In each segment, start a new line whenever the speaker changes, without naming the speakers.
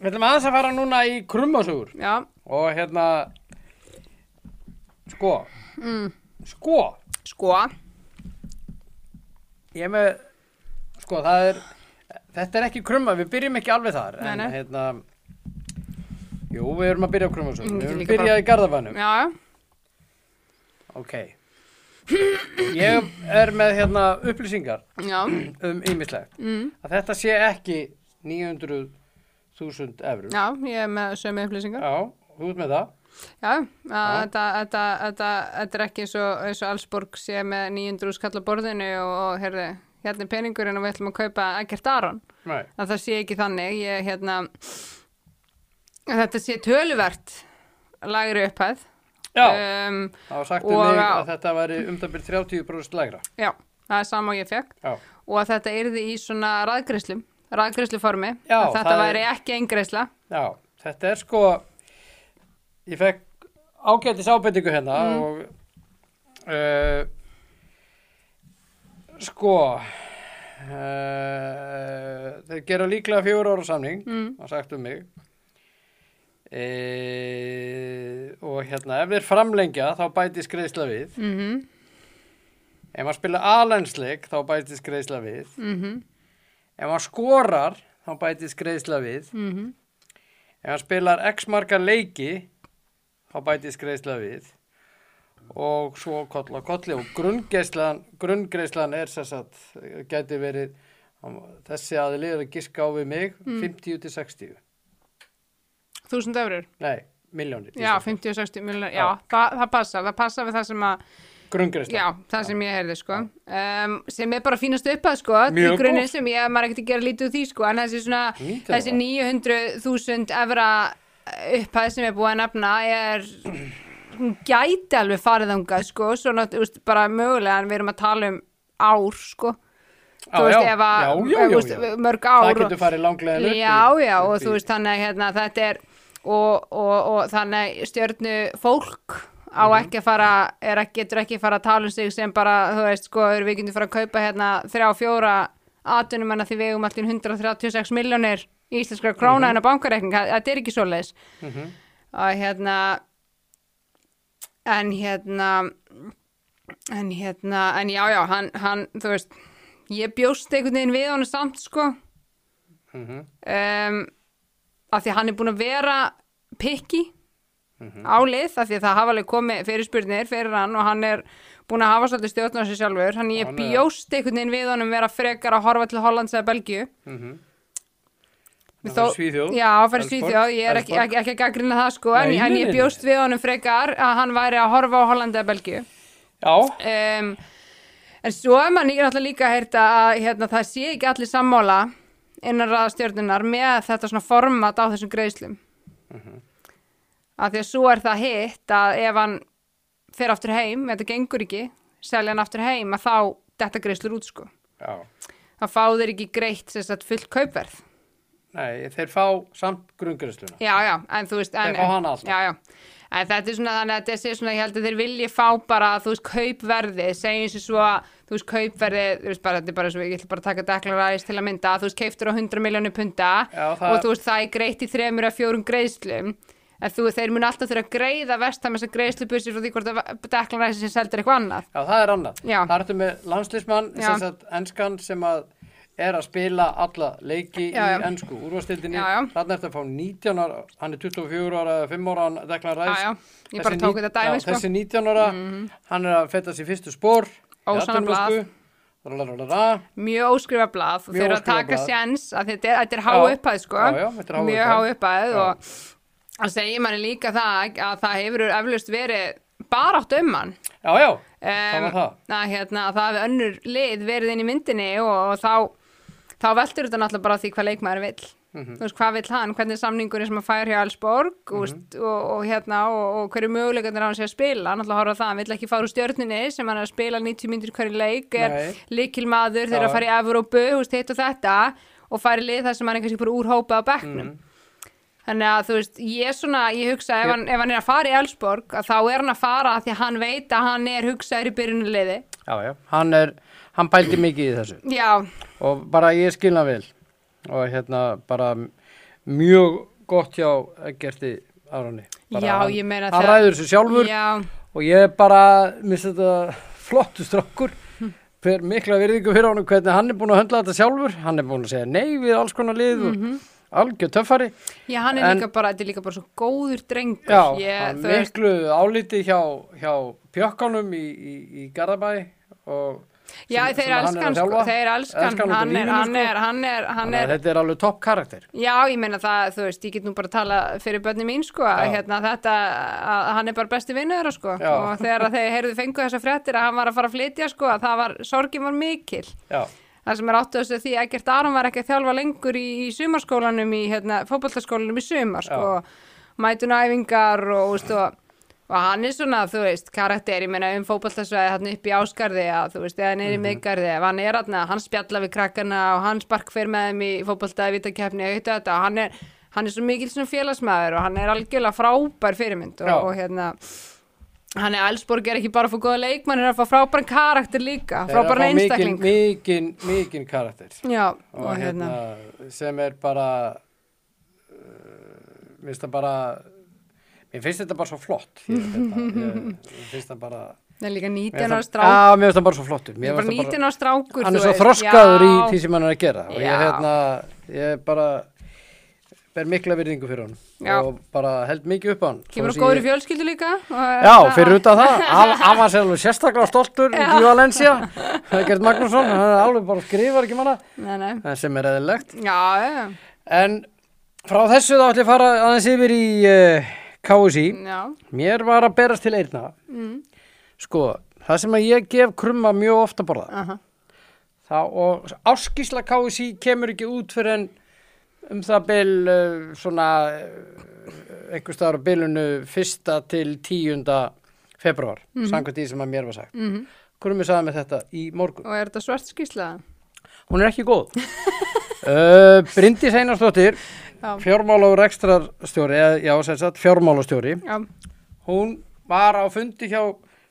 Við ætlum aðeins að fara núna í krummasögur
Já,
og hérna sko
Mm.
sko
sko
ég er með sko það er þetta er ekki krumma, við byrjum ekki alveg þar
Nei,
en
nei.
hérna jú, við erum að byrja á krummasögur
Mm,
við erum
líka
að byrja
bara-
í garðabænum
Já, já
ok ég er með hérna upplýsingar
Já,
um ýmislegt
mm.
að þetta sé ekki 900.000 eurur
já, ég er með sömu upplýsingar.
já, þú ert með það
Já, að þetta, þetta, þetta, þetta er ekki eins og, eins og Allsborg sé með 900 skall á borðinu og, og heyrðu, hérna er peningurinn og við ætlum að kaupa ekkert Aron.
Nei.
Að það sé ekki þannig, ég hérna, að þetta sé töluvert lagri upphæð.
já,
Um,
það var sagt um
og
mig
á-
að þetta væri um umdabil 30% lægra
já, það er sama og ég fekk.
já,
Og að þetta yrði í svona raðgreislum, raðgreisluformi.
Já,
Að þetta
það er-
væri ekki eingreisla.
já, þetta er sko ég fekk ágætis ábendingu hérna
Mm.
og uh, sko uh, þeir gera líklega fjóra ára samning
Mm.
það var sagt um mig e, og hérna ef þeir framlengja þá bætist greiðsla við
Mm -hmm,
ef maður spila alensleik þá bætist greiðsla við
mm -hmm,
ef maður skorar þá bætist greiðsla við
mm -hmm.
ef maður spilar x marga leiki þá bætist greiðsla við og svo koll á kolli og grunngreislan, grunngreislan er sess að geti verið þessi aðli er að giska á við mig
Mm.
50 til 60
Þúsund eurur.
nei, miljónir
Já, 50-60 miljonar, já,
Já.
það, það passar, það passar við það sem að, já,
grunngreislan
það sem ég heyrði, sko, um, sem er bara fínast uppað, sko,
Mjög
í grunni
gott.
sem ég, maður er ekkert að gera lítið úr því, sko, en þessi svona,
Lítið
þessi
bara.
900.000 evra uppað sem er búið að nefna er, hún gæti alveg farið þangað, sko, svo náttúrulega, bara mögulega, en við erum að tala um ár, sko, þú veist, ef að, þú veist, mörg ár
það
og-
getur farið langlega
Já, já, og þú veist þannig að hérna, þetta er og, og, og þannig að stjörnu fólk á ekki að fara er ekki, getur ekki að fara að tala um sig sem bara, þú veist, sko, eru við getum fara að kaupa hérna þrjá, fjóra atunum en að því við eigum allir 136 miljónir íslenskra króna en að bankareikning það- þetta er ekki svoleiðis og hérna en hérna en hérna, en já, já, hann, hann þú veist, ég bjóst einhvern veginn við honum samt, sko
Mhm.
um, af því að hann er búin að vera pikki
Mhm.
á lið af því að það hafa alveg komið fyrirspurnir fyrir hann og hann er búin að hafa svolítið stjórn á sig sjálfur hann ég
Hann er-
bjóst einhvern veginn við honum vera frekar að horfa til Hollands eða Belgíu
Mhm. Hann fer í Svíþjóð,
já, hann fyrir
Elfsborg,
Svíþjóð, ég er ekki,
Elfsborg.
ekki, ekki að gaggrina það sko en,
Nei, nei,
en
nei,
ég
nei.
bjóst við honum frekar að hann væri að horfa á Holland eða Belgíu
já,
um, en svo er mann ég náttúrulega líka að heyrta að hérna, það sé ekki allir sammála innan raðastjörnunar með þetta svona format á þessum greiðslum af því að svo er það hitt að ef hann fer aftur heim, þetta gengur ekki selja hann aftur heim að þá þetta greiðslur út sko
já
þá fá þeir ekki greitt sem sagt fullt kaupverð
nei, þeir fá samt grunngreisluna
já, já, en þú veist en,
Þeir fá hana alltaf.
já, já. En þetta er svona þannig að þetta er svona, ég held að þeir vilji fá bara, þú veist, kaupverði, segjum sér svo, að, þú veist, kaupverði, þú veist, bara, þetta er bara svo, ég ætla bara að taka deklaræðis til að mynda, þú veist, keiftur á 100 miljónu punta
Já, það-
og þú veist, það er greitt í þremur að fjórum greiðslum, en þú, þeir mun alltaf þurfa að greiða vestam þessar greiðslubursir frá því hvort að deklaræðis sem seldur eitthvað annað.
Já, það er annað.
Já.
Það ertu með landslismann,
Já.
sem sagt, enskan sem að er að spila alla leiki
Já, já.
í ensku úrvastildinni.
Já, já.
Þannig ertu að fá 19 ára, hann er 24 ára, eða 5 ára, hann deklar
Já,
ræðs.
já, ég bara tók þetta dæmi, sko.
Þessi 19 ára, hann er að feta sér fyrstu spór. í
Ósanna blað.
atvinnumennsku. Ralalalala.
mjög óskrifa blað og
Mjög
þeir eru að
óskrifað
taka
blað.
séns að þetta er, þetta er há
Já,
upphæð sko
já, já, þetta er há
mjög há
upphæð.
upphæð
Já.
og það segir manni líka það að það hefur eflaust verið barátt um hann
Já, já, það
um,
var það.
að hérna, að það hafi önnur lið verið inn í myndinni og, og þá, þá veltur þetta náttúrulega bara á því hvað leikmaður vill
Mhm.
þú veist hvað vill hann, hvernig er samningurinn sem að fær hjá Allsborg mm og, og hérna og, og hverju möguleikarnir hann sé að spila náttúrulega horfa á það, hann vill ekki fara úr stjörninni sem hann er að spila 90 myndir hverju leik er
Nei.
líkilmaður þegar að
Já.
fara í Evrópu þú veist, hitt og þetta og fara í lið þar sem hann er kannski bara úrhópað á bekknum
Mm.
Þannig að þú veist, ég svona, ég hugsa ef hann, ef hann er að fara í Ellsborg, að þá er hann að fara af því að hann veit að hann er hugsaður í byrjunuleiði.
Já, já, hann er, hann pældi mikið í þessu.
Já,
og bara ég skilna vel og hérna bara mjög gott hjá Gerti Aroni
Já,
hann,
ég meina
hann
það-
ræður þessu sjálfur
Já,
og ég er bara, minnst þetta flottu strókur fyrir mikla virðingu fyrir honum hvernig hann er búin að höndla þetta sjálfur hann er búin að segja nei við alls konar lið
Mhm.
og algjör töffari
já, hann er
En-
líka bara, þetta er líka bara svo góður drengur.
Já,
ég,
hann
þú veist,
miklu áliti hjá, hjá pjökkunum í, í, í Garðabæ og
já,
sem-
þeir
sem
elskan,
hann er að
sko,
þjálfa.
þeir elskan,
Elskar hann út í
hann er,
lífinu,
hann
sko.
er, hann er, hann
Þannig
er,
að þetta er alveg topp karakter
Já, ég meina það, þú veist, ég get nú bara að tala fyrir bönni mín, sko, að
Já.
hérna þetta, að hann er bara besti vinnur, sko,
Já.
og þegar að þeir heyrðu fengu þessa fréttir að hann var að fara að flytja, sko, að það var, sorgin var mikil.
Já,
Það sem er áttu þessu því að Gert Aron var ekki að þjálfa lengur í, í sumarskólanum, í, hérna, fótballtaskólanum í sumar, sko, mætunæfingar og, veist, og, og hann er svona, þú veist, karakter, ég meina um fótballtasvæði hann upp í áskarði að, þú veist, eða hann er
Mhm.
í miðgarði, ef hann er hann, hann spjalla við krakkana og hann spark fyrir með þeim í fótballtaði vitakefni og auðvitað þetta og hann er, hann er svo mikil svona félagsmaður og hann er algjörlega frábær fyrirmynd og,
Já.
og hérna, hann er Ælsborg er ekki bara að fá góða leikmann, hann er að fá frábæran karakter líka,
þeir eru að
frábæran
fá
einstakling.
mikinn mikinn mikinn karakter
Já,
og, hérna, sem er bara uh, minnst það bara mér finnst þetta bara svo flott ég, þetta, ég, mér finnst það bara
það er líka
mér
19 ára
finnst það-
strákur,
Já, mér finnst það bara svo flottur
það
Mér
er bara
finnst það
19 ára strákur,
hann er
þú
svo
veist.
þroskaður í
Já.
því sem hann er að gera og
Já.
ég, hérna, ég bara ber mikla virðingu fyrir hann
Já.
og bara held mikið upp á hann Þó
Kemur á
sé
góðri
ég-
fjölskyldu líka og-
Já, fyrir utan það, hann hann var sér alveg sérstaklega stoltur í Valencia, Gert Magnússon, hann er alveg bara skrifar ekki manna,
Nei, nei
en sem er eðilegt.
Já, já,
En frá þessu þá ætlum ég að fara aðeins yfir í uh, KSI.
já,
Mér var að berast til eirna,
Mm.
sko, það sem að ég gef krumma mjög ofta borða.
aha.
Það, og áskísla KSI kemur ekki út fyrir en um það byl uh, svona uh, einhver staðar á bylunu fyrsta til tíunda februar, mm samkvæmt því sem að mér var sagt. Mm -hmm. Krummi sagði með þetta í morgun.
Og er þetta svart skýrsla?
Hún er ekki góð. uh, Bryndís Einarsdóttir,
Já.
fjármála og rekstrarstjóri, eða, já, sem sagt, fjármálastjóri,
Já,
hún var á fundi hjá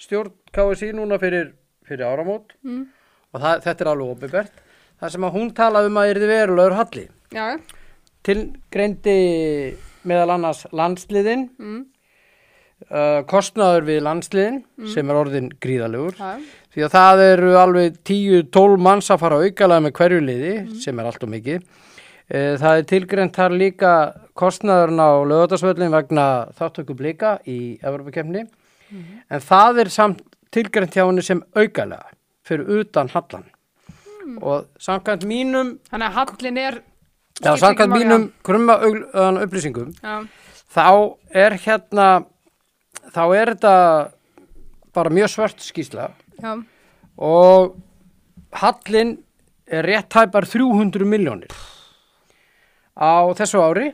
stjórn KSI núna fyrir, fyrir áramót
Mm.
og það, þetta er alveg opibert það sem að hún talaði um að yrði verulegur halli
já,
til greindi meðal annars landsliðin
mm,
uh, kostnaður við landsliðin
Mm.
sem er orðin gríðalegur
já,
því að það eru alveg 10-12 manns að fara aukalega með hverju liði sem er allt og mikið Eh, það er tilgreint þar líka kostnaðurinn á lögatarsvöllin vegna þáttöku blika í Evropakefni en það er samt tilgreint hjá henni sem aukalega fyrir utan hallan og samkvæmt mínum
Þannig að hallin er
Já,
skiptir
samkvæmt
ekki máli,
mínum krumma augl- öðan upplýsingum
Já,
þá er hérna þá er þetta bara mjög svört skýsla
já,
og Hallin er rétt tæpar 300 miljónir á þessu ári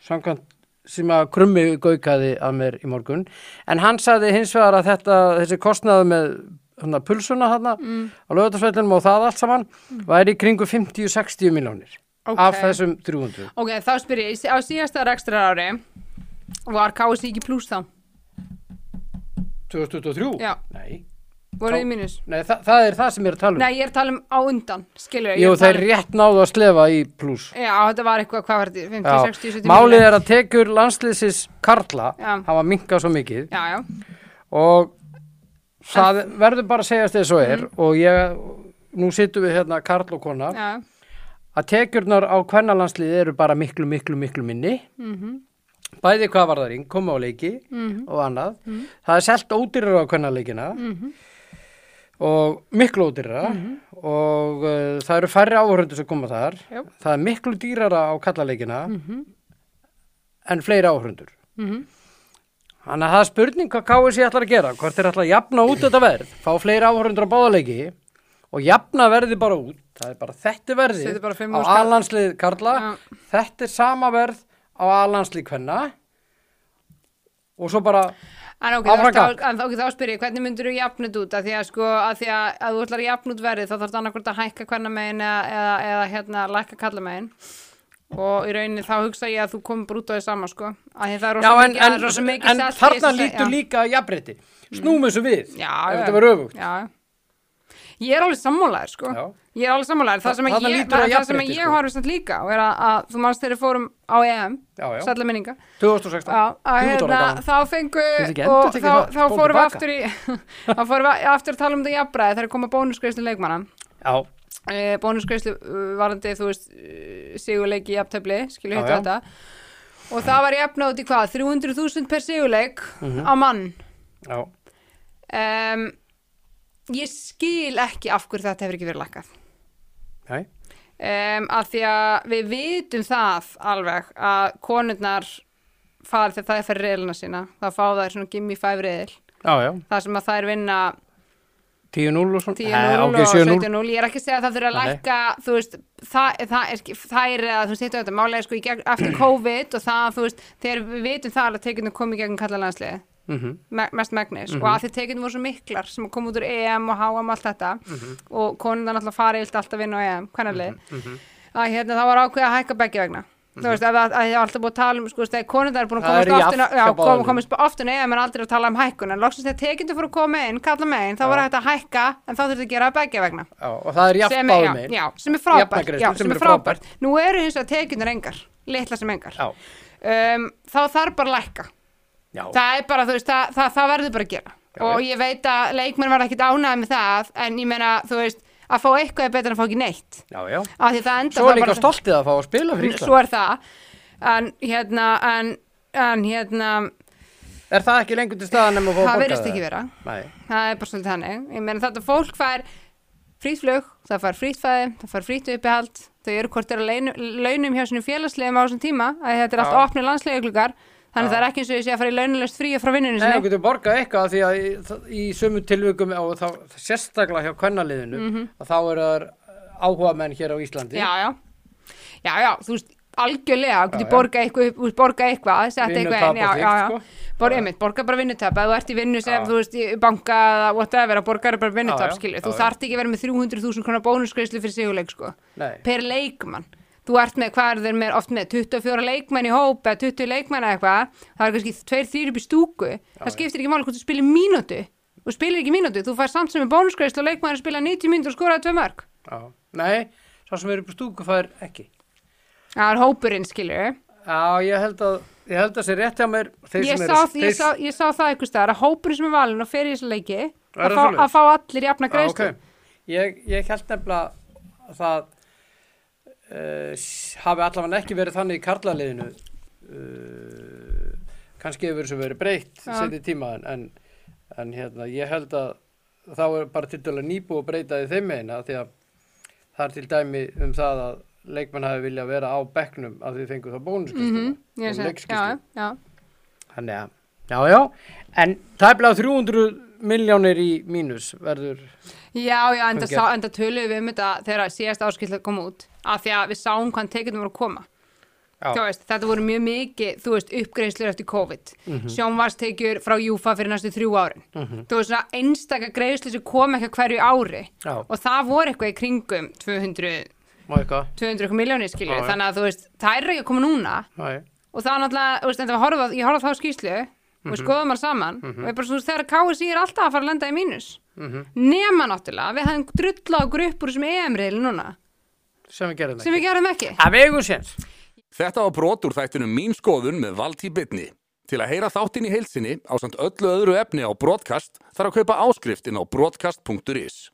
samkvæmt sem að krummi gaukaði að mér í morgun en hann sagði hins vegar að þetta þessi kostnaði með hana, pulsuna hana,
Mm.
á lögutarsveilinum og það allt saman væri í kringu 50-60 miljónir
Ok.
af þessum 300
ok, þá spyr ég, á síðasta rekstra ári var KSI ekki pluss þá?
2023?
Já.
Nei,
Voruð
Þá-
í mínus?
Nei það, það er það sem ég er að tala um
Nei, ég er að tala um á undan, skilur ég
Jú,
er að
þeir
tala um-
rétt náðu að slefa í pluss
Já, þetta var eitthvað, hvað var þetta, 50, 60,
Já,
70
málið
milljónir?
er að tekur landsliðsins Karla
Já.
hafa minkað svo mikið
Já, já,
og það verður bara að segjast þess og er og ég, nú sittum við hérna Karl og kona,
Mhm. já,
að tekjurnar á kvennalandsliði eru bara miklu, miklu, miklu minni
Mhm.
bæði hvað var það ring, koma á leiki og annað,
Mhm.
það er selt ódýrar á kvennaleikina og miklu ódýrara
Mhm.
og uh, það eru færri áhörundu sem koma þar
Jú.
það er miklu dýrara á kallaleikina en fleiri áhörundur
Mhm.
Þannig að það er spurning hvað KSI ætlar að gera, hvort þeir ætlar að jafna út þetta verð, fá fleiri áhörundur á báðaleiki og jafna verði bara út, það er bara þetta verð
Setja bara fimm
á
þúsund kall.
alanslið Karla
Já.
þetta er sama verð á alanslið Kvenna og svo bara
En ok,
Áfram
þá,
gakk.
þá, en þá- ok, þá spyr ég, hvernig myndur þú jafnut út? Að því að sko, að því að, að þú ætlar að jafnut verið, þá þarf það annarkvort að hækka hvernig megin eða, eða, eða hérna, lækka kalla megin. Og í rauninni þá hugsa ég að þú komur bara út á því sama, sko. Að því það
já,
er rosa
en,
mikið, það
en,
er rosa mikið
en
selt í
þarna
þessu-
lítur
já. Mm.
líka að jafnbreytti snúmum þessu við
Já,
ef
já.
þetta var öfugt
Já, ég er alveg sammálaður sko
Já.
ég er alveg sammálaður, það
Þa-
sem, að
þarna
ég,
lítur á
það sem
jafnrétti,
ég
sko.
horfist að líka og er að, að þú manst þeirri fórum á EM
Já, já.
sætla minninga
2016
já, að
Jú, þetta var
hérna,
gaman.
þá fengu
Getur ekki
og
endurtekið
þá,
það,
þá
bók
fórum við
tilbaka.
aftur í þá fórum við aftur að tala um þetta jafnbræði þegar koma bónusgreislu leikmanna
Já,
uh, bónusgreislu varandi þú veist uh, sigurleiki í jafntöfli, skilju
Já,
hittu
já.
þetta og það var jafna út í hvað 300.000 per sigurleik
Mhm.
á mann
já,
um, ég skil ekki af hverju þetta hefur ekki verið lækkað
nei,
um, að því að við vitum það alveg að konurnar fara þegar það er fyrir reilina sína þá fá það svona gimmi fæf reil
já, já,
það sem að það er vinna
10-0 og svona
10-0 og
7-0
17-0 ég er ekki að segja að það þurfa að
Nei.
lækka þú veist, það, það er það er að þú veist, þetta málega sko í gegn, eftir COVID og það, þú veist, þegar við vitum það alveg að tekinu komið gegn kallalanslið
Mhm,
me- mest megnis og að því tekinu voru svo miklar sem kom út úr EM og HM allt þetta
Mhm.
og konundan alltaf farið allt alltaf inn á EM, hvernarlið
mhm.
að hérna það var ákveðið að hækka begge vegna þú veist, að að- að það er alltaf búið að tala um sko, þegar konundar er búin
Það
að
er
komast
jafnt hjá
oftin já, kom,
báðum.
komist oftin eða menn aldrei að tala um hækkun en loksins þegar tekindu fór að koma inn, kalla megin þá var
Já.
hægt að hækka en þá þurfti að gera begge vegna
já, og það er
sem
jafn
er, já,
báðum einn
já, sem er frábært
Jafnagreiðslur
já,
sem
sem er
eru
frábært. nú eru hins vegar tekjunir engar litla sem engar
já,
um, þá þarf bara að lækka
já,
það er bara, þú veist, það, það, það verður bara að gera
Já,
og ég veit að leikmenn var ekkit ánægð með það, en ég meina, þú veist að fá eitthvað er betur en að fá ekki neitt
já, já
af því það enda
Svo
það
er líka
bara-
stoltið að fá að spila fyrir Ísland
svo er það en hérna, en, en, hérna
Er það ekki lengur til staðan nema að fá að
það
borga
verðist ekki vera
Nei,
það er bara svolítið þannig ég meina þetta fólk fær frýtt flug, það fær frýtt fæði, það fær frýtt uppihald þau eru hvort er að launum, launum hjá sinni félagslegum á þessum tíma að þetta er allt
Já.
opnir landslegjuklugar þannig að það er ekki eins og ég sé að fara í launulegt frí og frá vinnunni
Nei, þú
sinni
getur borgað eitthvað af því að í, það- í sömu tilvikum og þá sérstaklega hjá kvennaliðinu að þá eru þar áhuga menn hér á Íslandi
Mhm. já, já. já, já, þú veist algjörlega, þú
Já,
getur
já.
borga eitthvað upp- þú veist, borga eitthvað, setja eitthvað
Vinnutap
inn, já,
og
já,
slíkt,
já.
sko.
Bor, einmitt, borga bara vinnutap, að þú ert í vinnu sem
Já.
þú veist, í banka eða whatever, að borga bara vinnutap,
Já, já,
skilju,
já,
þú
já.
þarft ekki að vera með 300.000 kronar bónusgreislu fyrir siguleik, sko
Nei,
per leikmann þú ert með, hvað er þeir með, oft með 24 leikmenn í hóp eða 20 leikmenn eða eitthvað það er kannski 2-3 upp í stúku það skiptir ekki máli hvort þú spilir mínútu þú spilir ekki mínútu, þú fær samt sem er bónusgreist og leikmann er að spila 90 mínútur og skoraði tvö mörg
já, nei, sá sem eru upp í stúku fær ekki
það er hópurinn skilur
Já, ég held að ég held að sé rétt hjá mér þeir
ég
sem
sá,
eru,
ég, sá, ég sá það einhvers staðar að hópurinn sem er valinn og fer í þessu leiki
það
að fá,
svoleiðis?
að fá allir jafna
Já,
greiðslu
ok. ég, ég held nefnilega að það uh, hafi allavega ekki verið þannig í karlaliðinu uh, kannski hefur þessu verið breytt
Já.
setið tíma en, en, en hérna, ég held að þá er bara til dæla nýbú að breyta í þeim meina því að það er til dæmi um það að leikmenn hafi viljað vera á bekknum af því þeir fengu þá bónuskistuna
Mhm, ég
og
sé.
leikskistuna
já, já.
Þannig að, já, já, en tæplega 300 miljónir í mínus verður,
Já, já, enda,
Hvað
sá, enda töluðum við um þetta þegar síðast áskilta kom út af því að við sáum hvaðan tekjum voru að koma
Já.
Þú veist, þetta voru mjög mikið þú veist, uppgreiðslur eftir COVID
Mhm.
mm sjónvarstekjur frá Júfa fyrir næstu þrjú árin þú veist, svona einstaka greiðslu sem kom ekki á hverju ári
Já.
og það voru eitthvað í kringum 200,
má eitthvað,
200 miljónir skilju,
Já, já.
þannig að þú veist, það er ekki að koma núna
næ,
og það er náttúrulega, þú veist, en það var horfað, ég horfað þá skýslu og við skoðum hann saman og ég bara svo, þú veist, þegar KSI er alltaf að fara að lenda í mínus nema náttúrulega, við hefðum drullað okkur upp úr þessum EM-reil núna
sem við gerðum
sem við gerum ekki
Að við eigum séns.
Þetta var brot úr þættunum Mín skoðun með Valtí Bitni. Til að heyra þáttinn í heilsinni á samt öllu öðru efni á broadcast þarf að kaupa áskrift inn á broadcast.is.